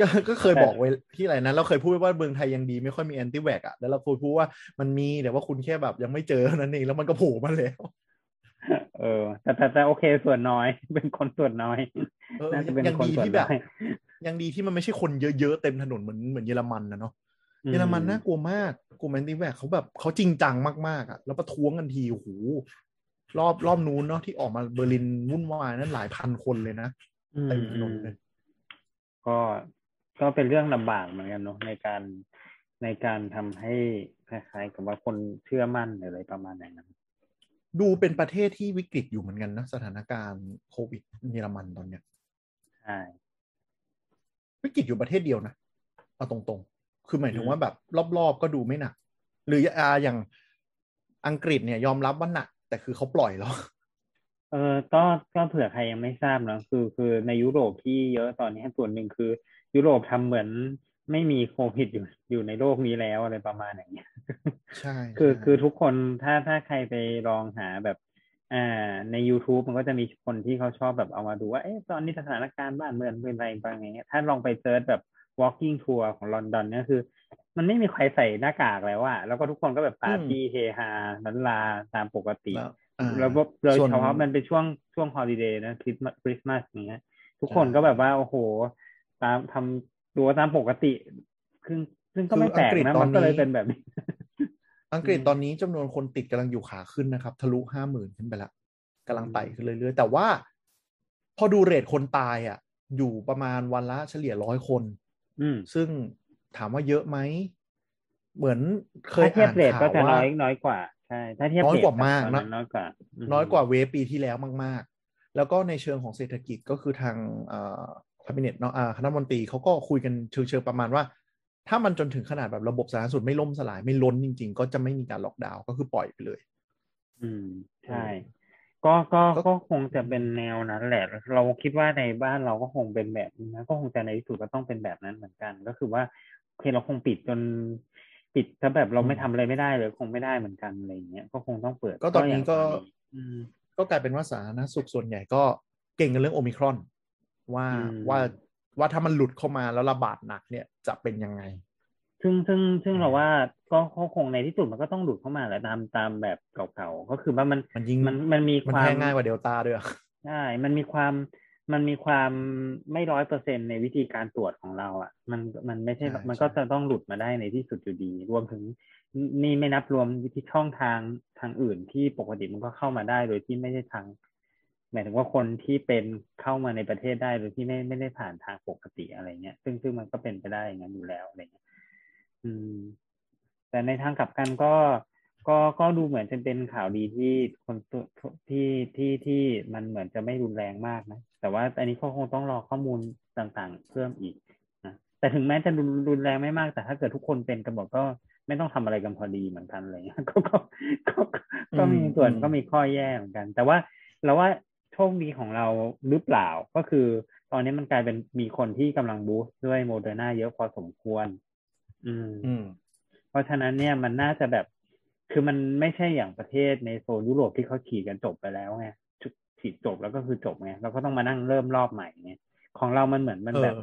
S4: ก็ก็เคย
S3: แต่
S4: บอกไว้ที่ไหนนะเราเคยพูดไว้ว่าเมืองไทยยังดีไม่ค่อยมีแอนติแวกอะแล้วเราเคยพูดว่ามันมีแต่ว่าคุณแค่แบบยังไม่เจอเท่านั้นเองแล้วมันก็โผล่มาแล้ว
S3: เออ แต่แต่แต่โอเคส่วนน้อย เป็นคนส่วนน้อย
S4: เออ
S3: น่าจะเป็น
S4: ยัง
S3: คน
S4: ดี
S3: ส่วน
S4: ที่แบ
S3: น้
S4: บ
S3: อย
S4: ยังดีที่มันไม่ใช่คนเยอะๆเต็มถนนเหมือนเหมือนเยอรมันนะเนาะเยอรมันน่ากลัวมากกลุ่มแอนติแวกเขาแบบเขาจริงจังมากๆอะแล้วประท้วงกันทีโอ้โหรอบรอบนู้นเนาะที่ออกมาเบอร์ลินวุ่นวายนั้นหลายพันคนเลยนะ
S3: อืม
S4: เต็มถนนเล
S3: อืม
S4: ย
S3: ก็ก็เป็นเรื่องลำบากเหมือนกันเนาะในการในการทำให้คล้ายๆกับว่าคนเชื่อมั่นหรืออะไรประมาณอย่างนั้น
S4: ดูเป็นประเทศที่วิกฤตอยู่เหมือนกันนะสถานการณ์โควิดเยอรมันตอนเนี้ย
S3: ใช่
S4: วิกฤตอยู่ประเทศเดียวนะเอาตรงๆ คือหมายถึงว่าแบบรอบๆก็ดูไม่หนัก หรืออ่าอย่างอังกฤษเนี่ยยอมรับว่าหนัก แต่คือเขาปล่อยแล้ว
S3: เออก็ก็เผื่อใครยังไม่ทราบเนาะคือคือในยุโรปที่เยอะตอนนี้ส่วนหนึ่งคือ ยุโรปทำเหมือนไม่มีโควิดอยู่ อยู่ในโลกนี้แล้วอะไรประมาณอย่างเงี้ย
S4: ใช่
S3: คือ
S4: ใช่
S3: คือทุกคนถ้าถ้าใครไปลองหาแบบอ่าใน YouTube มันก็จะมีคนที่เขาชอบแบบเอามาดูว่าเอ๊ะตอนนี้สถานการณ์บ้านเมืองเป็นอะไรบ้างอย่างเงี้ยถ้าลองไปเซิร์ชแบบ walking tour ของลอนดอนเนี่ยคือ มันไม่มีใครใส่หน้ากากแล้วอะแล้วก็ทุกคนก็แบบปาร์ตี้เฮฮาลันลาตามปกติ
S4: แล้วอ่า
S3: แล้วก็โดย
S4: ส่วน
S3: เฉพาะมันเป็นช่วงช่วงฮอลิเดย์นะคริสต์มาสคริสต์มาสอย่างเงี้ย ทุกคนก็แบบว่า โอ้โห ตามทำตัวตามปกติ ครึ่ง ซึ่งก็ไม่แปลก
S4: คืออังกฤษ
S3: นะ
S4: ตอน
S3: มันก็เล
S4: นี้
S3: ยเป็นแบบนี้
S4: อังกฤษตอนนี้จำนวนคนติดกำลังอยู่ขาขึ้นนะครับ ทะลุห้าหมื่นขึ้นไปละกำลังไต่ขึ้นเรื่อยๆ แต่ว่า พอดูเรทคนตายอ่ะ อยู่ประมาณวันละเฉลี่ยร้อยคน
S3: อืม
S4: ซึ่งถามว่าเยอะไหม เหมือนเคย
S3: ถ้าเทียบ
S4: อ่าน
S3: เรท
S4: ข่าว
S3: ก็จะน้
S4: ว่า
S3: อยน้อยกว่าใช่ถ้าเทียบ
S4: น้อย
S3: เรท
S4: กว่ามาก
S3: ตอน
S4: นะ
S3: นั้นน้อยกว่าอืม
S4: น้อยกว่าเวฟปีที่แล้วมาก ๆ แล้วก็ในเชิงของเศรษฐกิจก็คือทางเอ่อคาบิเนตเนาะอ่าคณะมนตรีเขาก็คุยกันเชิงๆประมาณว่า ถ้ามันจนถึงขนาดแบบระบบสาธารณสุขไม่ล่มสลายไม่ล้นจริง ๆ ก็จะไม่มีการล็อกดาวน์ก็คือปล่อยไปเลย
S3: อืม ใช่ ก็ก็ก็คงจะเป็นแนวนั้นแหละ เราคิดว่าในบ้านเราก็คงเป็นแบบนี้นะก็คงจะในที่สุดก็ต้องเป็นแบบนั้นเหมือนกัน ก็คือว่าโอเคเราคงปิดจนปิดถ้าแบบเราไม่ทำอะไรไม่ได้เลยคงไม่ได้เหมือนกันอะไรอย่างเงี้ยก็คงต้องเปิด
S4: ก็ตอนนี้
S3: ย่าง
S4: ก็
S3: อืม
S4: ก็กลายเป็นว่าสาธารณสุขส่วนใหญ่ก็เก่งกันเรื่องโอมิครอน ว่า
S3: อืม
S4: ว่าว่าถ้ามันหลุดเข้ามาแล้วระบาดหนักเนี่ยจะเป็นยังไง
S3: ซึ่งซึ่งซึ่ง
S4: อืม
S3: เราว่าก็ก็คงในที่สุดมันก็ต้องหลุดเข้ามาแหละตามตามแบบเก่าๆก็คือว่ามัน
S4: มันยิ่ง
S3: มันมันมี
S4: มัน
S3: ควา
S4: แพ
S3: ม
S4: ร่ง่ายกว่าเดลต้าด้วยอะ
S3: ใช่มันมีความมันมีความไม่ร้อยเปอร์เซ็นในวิธีการตรวจของเรา อ่ะ มันมันไม่ใช่
S4: ใช่
S3: มันก็
S4: ใช่
S3: จะต้องหลุดมาได้ในที่สุดอยู่ดี รวมถึงนี่นี่ไม่นับรวมวิธีช่องทางทางอื่นที่ปกติมันก็เข้ามาได้โดยที่ไม่ใช่ทางหมายถึงว่าคนที่เป็นเข้ามาในประเทศได้โดยที่ไม่ไม่ได้ผ่านทางปกติอะไรเงี้ยซึ่งซึ่งมันก็เป็นไปได้อย่างนั้นอยู่แล้วอะไรเงี้ย อืม แต่ในทางกลับกันก็ก็ก็ดูเหมือนจะเป็นข่าวดีที่คนตัวที่ที่ที่มันเหมือนจะไม่รุนแรงมากนะ แต่ว่าอันนี้ก็คงต้องรอข้อมูลต่างๆ เพิ่มอีกนะแต่ถึงแม้จะรุนรุนแรงไม่มาก แต่ถ้าเกิดทุกคนเป็นกันหมดก็ไม่ต้องทำอะไรกันพอดีเหมือนกันอะไรเลย ก็ก็ก็ก็มีส่วน
S4: อืม
S3: ก็มีข้อแย่เหมือนกัน แต่ว่าเราว่าโชคดีของเราหรือเปล่าก็คือ ตอนนี้มันกลายเป็นมีคนที่กำลังบูสต์ด้วยโมเดอร์นาเยอะพอสมควร อืม
S4: อืม
S3: เพราะฉะนั้นเนี่ยมันน่าจะแบบ คือมันไม่ใช่อย่างประเทศในโซนยุโรปที่เขาฉีดกันจบไปแล้วไงฉุดฉีดจบแล้วก็คือจบไงเราก็ต้องมานั่งเริ่มรอบใหม่ไงของเรามันเหมือนมัน
S4: เออ
S3: แบบ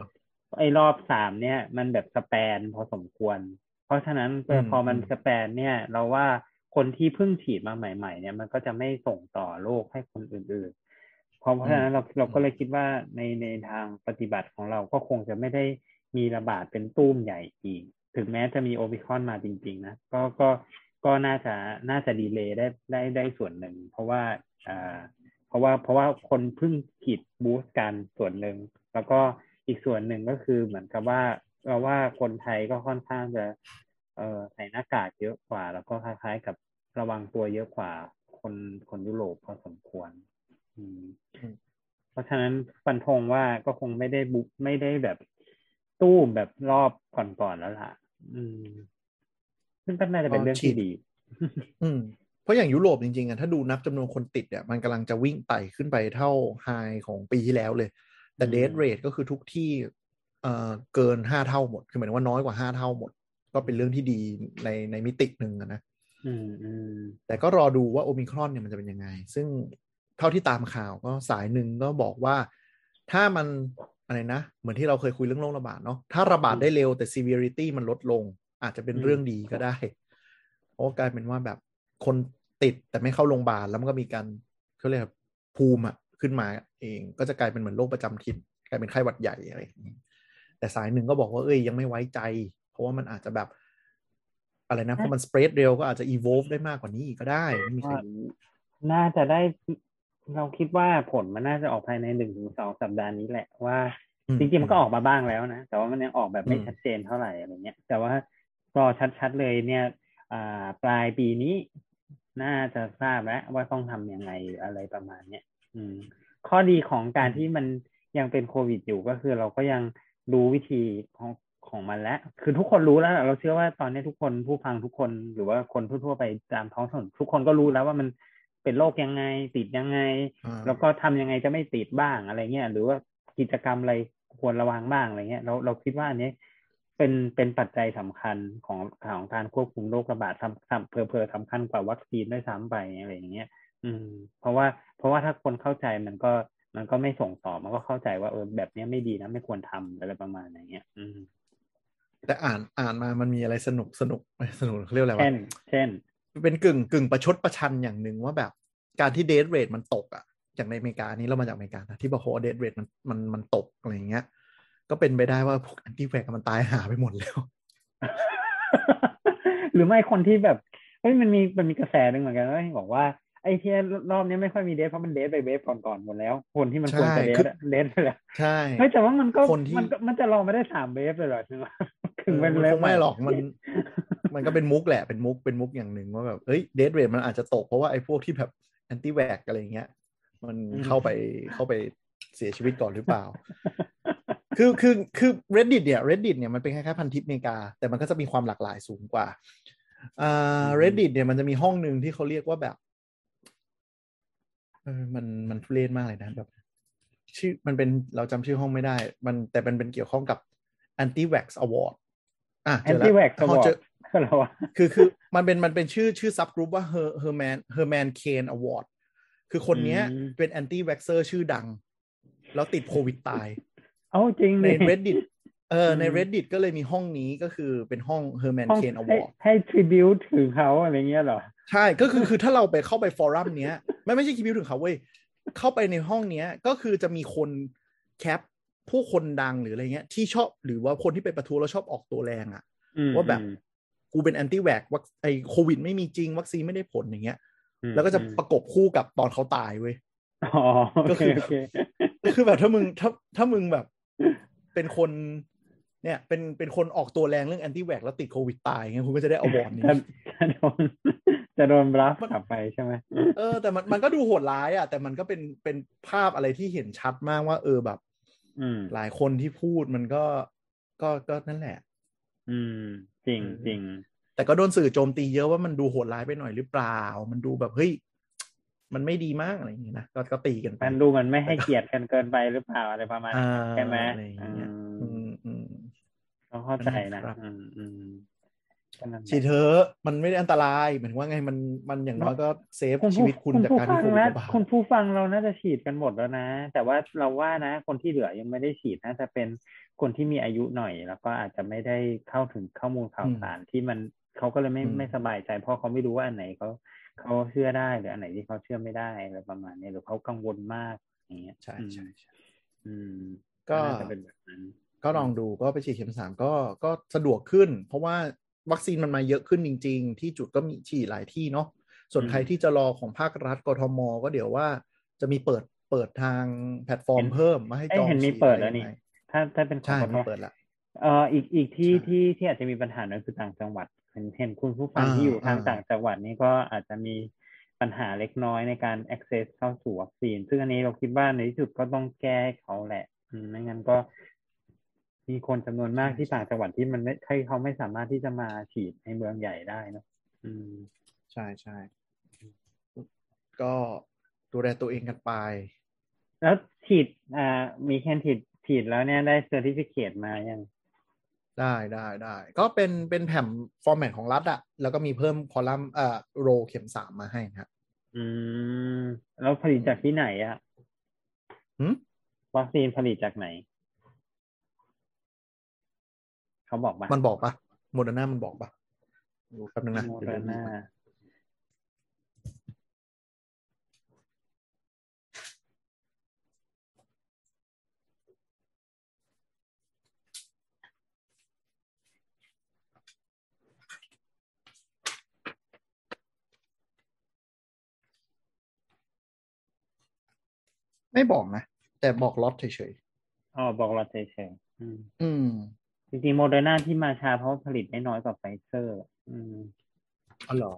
S3: ไอ้รอบสามเนี่ย มันแบบสแปนพอสมควร เพราะฉะนั้น
S4: อืม
S3: พอมัน
S4: อืม
S3: สแปนเนี่ย เราว่าคนที่เพิ่งฉีดมาใหม่ๆเนี่ยมันก็จะไม่ส่งต่อโรคให้คนอื่นๆเพราะเพราะฉะนั้นเราเราก็เลยคิดว่าในในทางปฏิบัติของเราก็คงจะไม่ได้มีระบาดเป็นตู้มใหญ่อีก ถึงแม้จะมีโอมิครอนมาจริง ๆ นะ ก็ก็ก็น่าจะน่าจะดีเลย์ได้ได้ได้ส่วนหนึ่ง เพราะว่าอ่า เพราะว่าเพราะว่าคนเพิ่งฉีดบูสต์กันส่วนหนึ่ง แล้วก็อีกส่วนหนึ่งก็คือเหมือนกับว่าเราว่าคนไทยก็ค่อนข้างจะเอ่อใส่หน้ากากเยอะกว่า แล้วก็คล้ายๆกับระวังตัวเยอะกว่าคนคนยุโรปพอสมควร อืม
S4: อืม
S3: เพราะฉะนั้นฟันธงว่าก็คงไม่ได้บุไม่ได้แบบตู้มแบบรอบก่อนๆแล้วล่ะ อืม ซึ่งก็น่าจะเป็นเรื่องที่ดี
S4: อืมเพราะอย่างยุโรปจริงๆอะถ้าดูนับจำนวนคนติดเนี่ยมันกำลังจะวิ่งไต่ขึ้นไปเท่าไฮของปีที่แล้วเลย แต่
S3: อืม
S4: เดทเรทก็คือทุกที่เอ่อเกินห้าเท่าหมด คือหมายถึงว่าน้อยกว่าห้าเท่าหมด ก็เป็นเรื่องที่ดีในในมิติหนึ่งอะนะ
S3: อืมอืม
S4: แต่ก็รอดูว่าโอมิครอนเนี่ยมันจะเป็นยังไง ซึ่งเท่าที่ตามข่าวก็สายหนึ่งก็บอกว่า ถ้ามันอะไรนะ เหมือนที่เราเคยคุยเรื่องโรคระบาดเนาะ ถ้าระบาดได้เร็วแต่ severity มันลดลง อาจจะเป็นเรื่องดีก็ได้ เพราะว่ากลายเป็นว่าแบบคนติดแต่ไม่เข้าโรงพยาบาลแล้วมันก็มีการเขาเรียกว่าภูมิอะขึ้นมาเอง ก็จะกลายเป็นเหมือนโรคประจำถิ่นกลายเป็นไข้หวัดใหญ่อะไรอย่างนี้แต่สายหนึ่งก็บอกว่าเอ้ยยังไม่ไว้ใจ เพราะว่ามันอาจจะแบบ อะไรนะเพราะมันสเปรดเร็วก็อาจจะ evolve ได้มากกว่านี้อีกก็ได้ไม่มีใคร
S3: ว่า
S4: รู้
S3: น่าจะได้ เราคิดว่าผลมันน่าจะออกภายในหนึ่งถึงสองสัปดาห์นี้แหละว่า จริงๆ มันก็ออกมาบ้างแล้วนะ แต่ว่ามันยังออกแบบไม่ชัดเจนเท่าไหร่อะไรเงี้ย แต่ว่ารอชัดๆเลยเนี่ย อ่า ปลายปีนี้ น่าจะทราบแล้วว่าต้องทำยังไงอะไรประมาณเนี้ยอืม ข้อดีของการที่มันยังเป็นโควิดอยู่ก็คือเราก็ยังรู้วิธีของของมันแล้ว คือทุกคนรู้แล้วล่ะเราเชื่อว่าตอนนี้ทุกคนผู้ฟังทุกคนหรือว่าคนทั่วๆไปตามท้องถนนทุกคนก็รู้แล้วว่ามันเป็นโรคยังไง ติดยังไง
S4: อ่า
S3: แล้วก็ทำยังไงจะไม่ติดบ้างอะไรเงี้ยหรือว่ากิจกรรมอะไรควรระวังบ้างอะไรเงี้ยเราเราคิดว่าอันเนี้ยเป็นเป็นปัจจัยสำคัญของของการควบคุมโรคระบาดทำทำเพอเพอๆสำคัญกว่าวัคซีนด้วยซ้ำไปอะไรอย่างเงี้ย อืม เพราะว่าเพราะว่าถ้าคนเข้าใจมันก็มันก็ไม่ส่งต่อมันก็เข้าใจว่าเออแบบเนี้ยไม่ดีนะไม่ควรทำอะไรประมาณอย่างเงี้ย อืม
S4: แต่อ่านอ่านมามันมีอะไรสนุกสนุก ไม่สนุกเขาเรียกอะไรวะ
S3: เช่น เช่น
S4: เป็นกึ่งกึ่งประชดประชันอย่างหนึ่งว่าแบบการที่เดทเรทมันตกอ่ะอย่างในอเมริกานี้เรามาจากอเมริกานะที่บอกว่าเดทเรทมันมันมันตกอะไรอย่างเงี้ย ก็เป็นไปได้ว่าพวก anti-vax มันตายหาไปหมดแล้ว
S3: หรือไม่คนที่แบบเฮ้ยมันมีมันมีกระแสหนึ่งเหมือนกันว่าที่บอกว่าไอ้ที่รอบนี้ไม่ค่อยมีเดทเพราะมันเดทไปเวฟก่อนๆหมดแล้ว คนที่มันควรจะเดทอะเดทไปแล้ว
S4: ใช่
S3: ไม่แต่ว่ามันก็
S4: คนที่
S3: มันก็มันจะลองไม่ได้สามเวฟเลยเหรอถึงว่าถึงเป็น
S4: มัน
S3: เว
S4: ค
S3: ฟ
S4: งไม่หรอกมัน มันก็เป็นมุกแหละเป็นมุกเป็นมุกอย่างหนึ่งว่าแบบเอ้ยเดทเรทมันอาจจะตกเพราะว่าไอ้พวกที่แบบแอนตี้แวกอะไรอย่างเงี้ย มันเข้าไปเข้าไปเสียชีวิตก่อนหรือเปล่า คือคือคือ reddit เนี่ย reddit เนี่ยมันเป็นคล้ายๆพันทิปอเมริกา แต่มันก็จะมีความหลากหลายสูงกว่าอ่า reddit เนี่ยมันจะมีห้องหนึ่งที่เขาเรียกว่าแบบเออมันมันทุเรศมากเลยนะแบบ ชื่อมันเป็นเราจำชื่อห้องไม่ได้ มันแต่มันเป็นเกี่ยวข้องกับ anti vax award อ่ะ
S3: แอน
S4: เจ
S3: ตี้
S4: อ
S3: แว
S4: ล้ว
S3: กเขาบ
S4: ห้ง
S3: อก
S4: เจอ
S3: เราว่า
S4: คือคือมันเป็นมันเป็นชื่อชื่อซับกรุ๊ปว่า Her Herman Herman Kane Award คือคนเนี้ย
S3: อืม
S4: เป็นแอนตี้แว็กเซอร์ชื่อดัง แล้วติดโควิดตาย
S3: เอาจริง
S4: ใน
S3: ดิ
S4: reddit เออใน
S3: อืม
S4: reddit ก็เลยมีห้องนี้ก็คือเป็นห้อง Herman
S3: ห้อง
S4: Kane
S3: ให้
S4: Award
S3: ให้ทริบิวถึงเขาอะไรเงี้ยเหรอ
S4: ใช่ก็คือคือถ้าเราไปเข้าไปฟอรัมเนี้ยไม่ไม่ใช่คิดวิวถึงเขาเว้ย เข้าไปในห้องเนี้ยก็คือจะมีคนแคปผู้คนดังหรืออะไรเงี้ยที่ชอบหรือว่าคนที่ไปประท้วงแล้วชอบออกตัวแรงอะ
S3: อืม
S4: ว่าแบบ
S3: อืม
S4: กูเป็นแอนตี้แวกวัคไอโควิดไม่มีจริง วัคซีนไม่ได้ผลอย่างเงี้ย
S3: อืม
S4: แล้วก็จะ
S3: อืม
S4: ประกบคู่กับตอนเขาตายเว้ย
S3: อ๋อ
S4: ก็
S3: ก็
S4: คื
S3: คือ อโอเค
S4: ก็คือแบบถ้ามึงถ้าถ้ามึงแบบ เป็นคนเนี่ยเป็นเป็นคนออกตัวแรงเรื่องแอนตี้แวกแล้วติดโควิดตายเงี้ยคุณก็จะได้อวอร์ด นี้
S3: จะจะโดนจะโดนบลัฟกลับไปใช่ไหม
S4: เออแต่มันมันก็ดูโหดร้ายอ่ะแต่มันก็เป็นเป็นภาพอะไรที่เห็นชัดมากว่า เออแบบ
S3: อืม
S4: หลายคนที่พูดมันก็ก็ก็นั่นแหละ
S3: อืม จริงจริง
S4: แต่ก็โดนสื่อโจมตีเยอะว่ามันดูโหดร้ายไปหน่อยหรือเปล่า มันดูแบบเฮ้ยมันไม่ดีมากอะไรอย่างงี้นะก็ก็ตีกันไป
S3: มันดูมันไม่ให้เกียรติกันเกินไปหรือเปล่าอะไรประมาณ
S4: อ่า
S3: นั้นใช่ไหม
S4: อะไรอย่างเงี้ย
S3: อื
S4: อื
S3: ม
S4: มอืม
S3: ก็เข้าใจนะครับ อืมอืมก็นั่นแหละ
S4: ฉีดเถอะมันไม่ได้อันตรายเหมือนว่าไงมันมันอย่างน้อยก็เซฟ
S3: คุณ
S4: ชี
S3: ผู้
S4: วิตคุณ
S3: คุณ
S4: จาก
S3: ผู้
S4: การ
S3: ฟั
S4: ที่
S3: ง
S4: คุณ
S3: นะ
S4: ระบาด
S3: คุณผู้ฟังเราน่าจะฉีดกันหมดแล้วนะ แต่ว่าเราว่านะ คนที่เหลือยังไม่ได้ฉีดน่าจะเป็นคนที่มีอายุหน่อย แล้วก็อาจจะไม่ได้เข้าถึงข้อมูลข่าวสารที่มันเขาก็เลยไม่ไม่สบายใจเพราะเขาไม่รู้ว่าอันไหนเขาเขาเชื่อได้หรืออันไหนที่เขาเชื่อไม่ได้อะไรประมาณนี้หรือเขากังวลมากอย่างเงี้ย
S4: ใช่ใช่ใช่
S3: อืม
S4: ก็
S3: น่าจะเป็นแบบนั้น
S4: ก็ลองดูก็ไปฉีดเข็มสามก็ก็สะดวกขึ้น เพราะว่าวัคซีนมันมาเยอะขึ้นจริง ๆ ที่จุดก็มีฉีดหลายที่เนาะส่วนใครที่จะรอของภาครัฐกทม ก็เดี๋ยวว่าจะมีเปิดเปิดทางแพลตฟอร์มเพิ่มมาให้
S3: ไอ้
S4: จ
S3: ย
S4: อง
S3: เห็นมี
S4: ฉี
S3: เปิด
S4: อะไร
S3: แล้วนี่
S4: ยังไง
S3: ถ้าถ้าเป็นของ
S4: ใช่
S3: กท
S4: มี
S3: ม
S4: เปิดละ
S3: เอ่ออีกอีกที่
S4: ใช่
S3: ที่ที่อาจจะมีปัญหาหนั่นคือต่างจังหวัดเห็นเห็นคุณผู้ฟัง
S4: อ่า
S3: ที่อยู่ทาง
S4: อ่า
S3: ต่างจังหวัดนี่ก็อาจจะมีปัญหาเล็กน้อยในการ access เข้าสู่วัคซีน ซึ่งอันนี้เราคิดว่าในที่สุดก็ต้องแก้ให้เขาแหละอืมไม่งั้นก็ มีคนจำนวนมากที่ต่างจังหวัดที่มันไม่ใช่เขาไม่สามารถที่จะมาฉีดในเมืองใหญ่ได้เนอะอืม
S4: ใช่ใช่ก็ดูแลตัวเองกันไป
S3: แล้วฉีดอ่า มีแคนฉีดฉีดแล้วเนี่ยได้เซอร์ติฟิเคตมายัง
S4: ได้ได้ได้ก็เป็นเป็นแผ่นฟอร์แมตของรัฐอะแล้วก็มีเพิ่มคอลัมน์เอ่อโรเข็มสามมาให้นะครับ
S3: อืมแล้วผลิตจากที่ไหนอะ
S4: หืม
S3: วัคซีนผลิตจากไหน เขาบอกมา
S4: มันบอกปะโมเดอร์นามันบอกปะดูแป๊บนึงนะ
S3: โม
S4: เดี๋ยว
S3: เดอ
S4: เดี๋ยว
S3: ร์นา
S4: ไม่บอกนะ แต่บอกล็อตเฉย
S3: อ๋อบอกเราเฉยๆอืม
S4: ๆอืม
S3: จริงๆโมเดอร์นาที่มาช้าเพราะว่าผลิตได้น้อยกว่าไฟเซอร์ อืม
S4: อ๋อเหรอ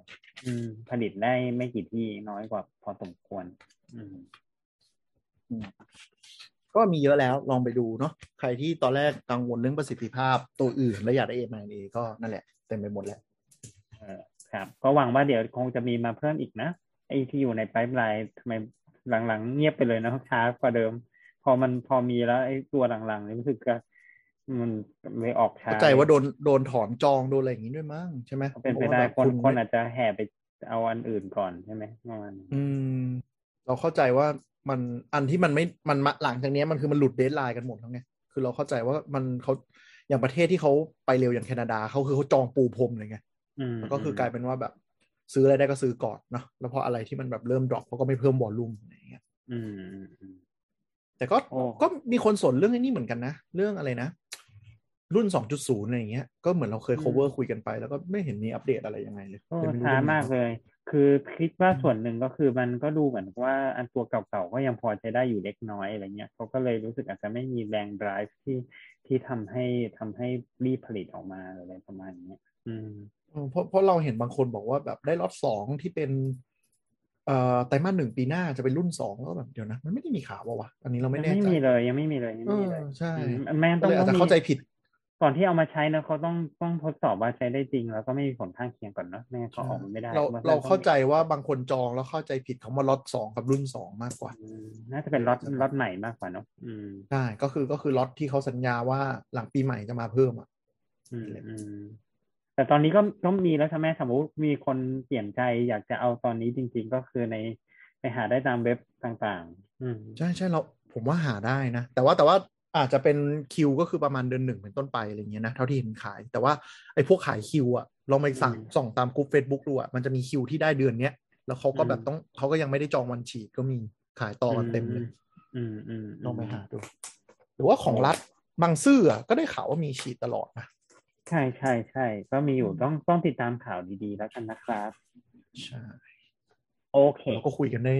S3: อืม ผลิตได้ไม่กี่ที่น้อยกว่าพอสมควร อืม
S4: ก็มีเยอะแล้วลองไปดูเนาะใครที่ตอนแรกกังวลเรื่องประสิทธิภาพตัวอื่น แล้วอยากได้ m อ a ก็นั่นแหละเต็มไปหมดแล้ว
S3: เออครับ ก็หวังว่าเดี๋ยวคงจะมีมาเพิ่มอีกนะ ไอ้ที่อยู่ในไพป์ไลน์ทำไมหลังๆ เงียบไปเลยนะ ช้ากว่าเดิม พอมันพอมีแล้ว ไอ้ตัวหลังๆนี่รู้สึกก็มันเลยออกช้า
S4: เข้าใจว่าโดนโดนถอนจองโดนอะไรอย่างนี้ด้วยมั้งใช่ไหม
S3: เป็นไป
S4: พราะว่า
S3: ได้
S4: แบบ
S3: คน
S4: ณ
S3: คนอาจจะแห่ไปเอาอันอื่นก่อนใช่ไหมประมาณนั้น
S4: อืม เราเข้าใจว่ามันอันที่มันไม่มันมาหลังจากเนี้ยมันคือมันหลุดเดทไลน์กันหมดแล้วไงคือเราเข้าใจว่ามันเขาอย่างประเทศที่เขาไปเร็วอย่างแคนาดาเขาคือเขาจองปูพรมเลยไง
S3: อืม
S4: มันก็คือกลายเป็นว่าแบบ ซื้ออะไรได้ก็ซื้อก่อนเนาะแล้วพออะไรที่มันแบบเริ่มดรอปเขาก็ไม่เพิ่มวอลลุ่มอะไรอย่างเงี้ย
S3: อืมอืมอืม
S4: แต่ก็
S3: โอ้
S4: ก็มีคนสนเรื่องไอ้นี้เหมือนกันนะ เรื่องอะไรนะ รุ่น 2.0อะไรอย่างเงี้ยก็เหมือนเราเคย cover คุยกันไป แล้วก็ไม่เห็นมีอัปเดตอะไรยังไงเลย
S3: โอ้
S4: เลยไรู้
S3: ช้า
S4: ว่
S3: มากเลย คือคิดว่าส่วนหนึ่งก็คือมันก็ดูเหมือนว่าอันตัวเก่าๆก็ยังพอใช้ได้อยู่เล็กน้อยอะไรเงี้ยเขาก็เลยรู้สึกอาจจะไม่มีแรง drive ที่ที่ทำให้ทำให้รีบผลิตออกมาอะไรประมาณเนี้ยอืม
S4: เออเพราะเพราะเราเห็นบางคนบอกว่าแบบได้ล็อตสองที่เป็นเอ่อไตรมาสหนึ่งปีหน้าจะเป็นรุ่นสองแล้วแบบเดี๋ยวนะ มันไม่ได้มีข่าวว่าวะอันนี้เราไม่
S3: ยัง
S4: แน่
S3: ไม่
S4: ใจ
S3: มีเลยยังไม่มีเลยยัง
S4: เอ
S3: ไม่มี
S4: อ
S3: เลย
S4: ใช่
S3: มแม่งั้น
S4: ก็
S3: ต้อง
S4: เลยอาจจะเข้าใจผิด
S3: ก่อนที่เอามาใช้นะเขาต้องต้องทดสอบว่าใช้ได้จริง แล้วก็ไม่มีผลข้างเคียงก่อนเนาะแม่งั้นเขาออกมาไม่ได้
S4: เรา
S3: พะว่
S4: เราเข้าใจ
S3: ต้อง
S4: ว่าบางคนจองแล้วเข้าใจผิดคำว่าล็อตสองกับรุ่นสองมากกว่า
S3: อืมน่าจะเป็นล็อตล็อตใหม่มากกว่าเนาะอืม
S4: ใช่ก็คือก็คือล็อตที่เขาสัญญาว่าหลังปีใหม่จะมาเพิ่มอ่ะ
S3: อืม
S4: นั่นแหละ
S3: อืมแต่ตอนนี้ก็ก็มีแล้วใช่ไหมสมมติมีคนเปลี่ยนใจอยากจะเอาตอนนี้จริง ๆ ก็คือในไปหาได้ตามเว็บต่างๆ อืม
S4: ใช่ใช่เราผมว่าหาได้นะ แต่ว่าแต่ว่าอาจจะเป็นคิวก็คือประมาณเดือนหนึ่งเป็นต้นไปอะไรเงี้ยนะเท่าที่เห็นขาย แต่ว่าไอ้พวกขายคิวอ่ะลองไปสั่งส่องตามกลุ่ม Facebook ดูอ่ะมันจะมีคิวที่ได้เดือนเนี้ยแล้วเขาก็แบบต้องเขาก็ยังไม่ได้จองวันฉีดก็มีขายต่อกันเต็มเลย
S3: อืมอืมม
S4: ลองไปหาดู หรือว่าของรัฐบางซื่ออะก็ได้ข่าวว่ามีฉีดตลอดนะ
S3: ใช่ใช่ใช่ก็มีอยู่ต้องต้องติดตามข่าวดีๆ แล้วกันนะครับ
S4: ใช่
S3: โอเค
S4: แล้วก็คุยกันได้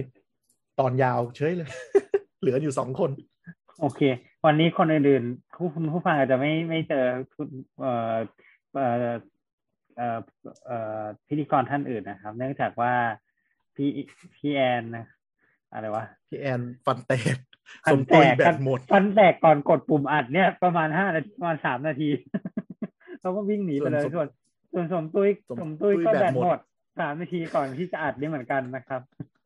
S4: ตอนยาวเฉย เลย เหลืออยู่สองคน
S3: โอเค วันนี้คนอื่นๆผู้คุณผู้ฟังอาจจะไม่ไม่เจอคุณเอ่อเอ่อเอ่อเอ่อพิธีกรท่านอื่นนะครับ เนื่องจากว่าพี่พี่แอนนะอะไรวะ
S4: พี่แอนฟันแตก
S3: ฟั
S4: ส
S3: น
S4: ม
S3: แตก
S4: ตุยแบ
S3: ครับ บ
S4: หมด
S3: ฟันแตกก่อนกดปุ่มอัดเนี่ยประมาณห้านาทีประมาณสามนาที เขาก็วิ่งหนีไปเลย
S4: ส่
S3: ส่ว
S4: ว
S3: น น
S4: สม
S3: ส่วนสมตุ้ย
S4: สม
S3: สมตุ้ย
S4: ตุ้ย
S3: ก็
S4: แบ
S3: แบ
S4: ต
S3: ต
S4: หมด
S3: หมดสามนาทีก่อนที่จะอัดนี่เหมือนกันนะครับ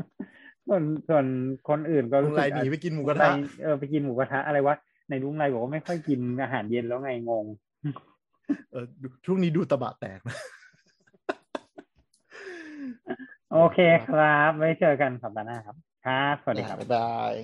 S3: ส่วนส่วนคนอื่นก็
S4: ลุ
S3: รู้
S4: ง
S3: สึ
S4: ไล
S3: ก
S4: หนีไปกินหมูกระ
S3: ไป
S4: ทะ
S3: เออไปกินหมูกระทะอะไรวะในลุงไรบอกว่าไม่ค่อยกินอาหารเย็นแล้วไงงง
S4: เออช่วงนี้ดูตะบะแตกนะ
S3: โอเคครับไว้เจอกันสัปดาห์หน้าครับครับสวัสดีครับ
S4: บ๊ายบาย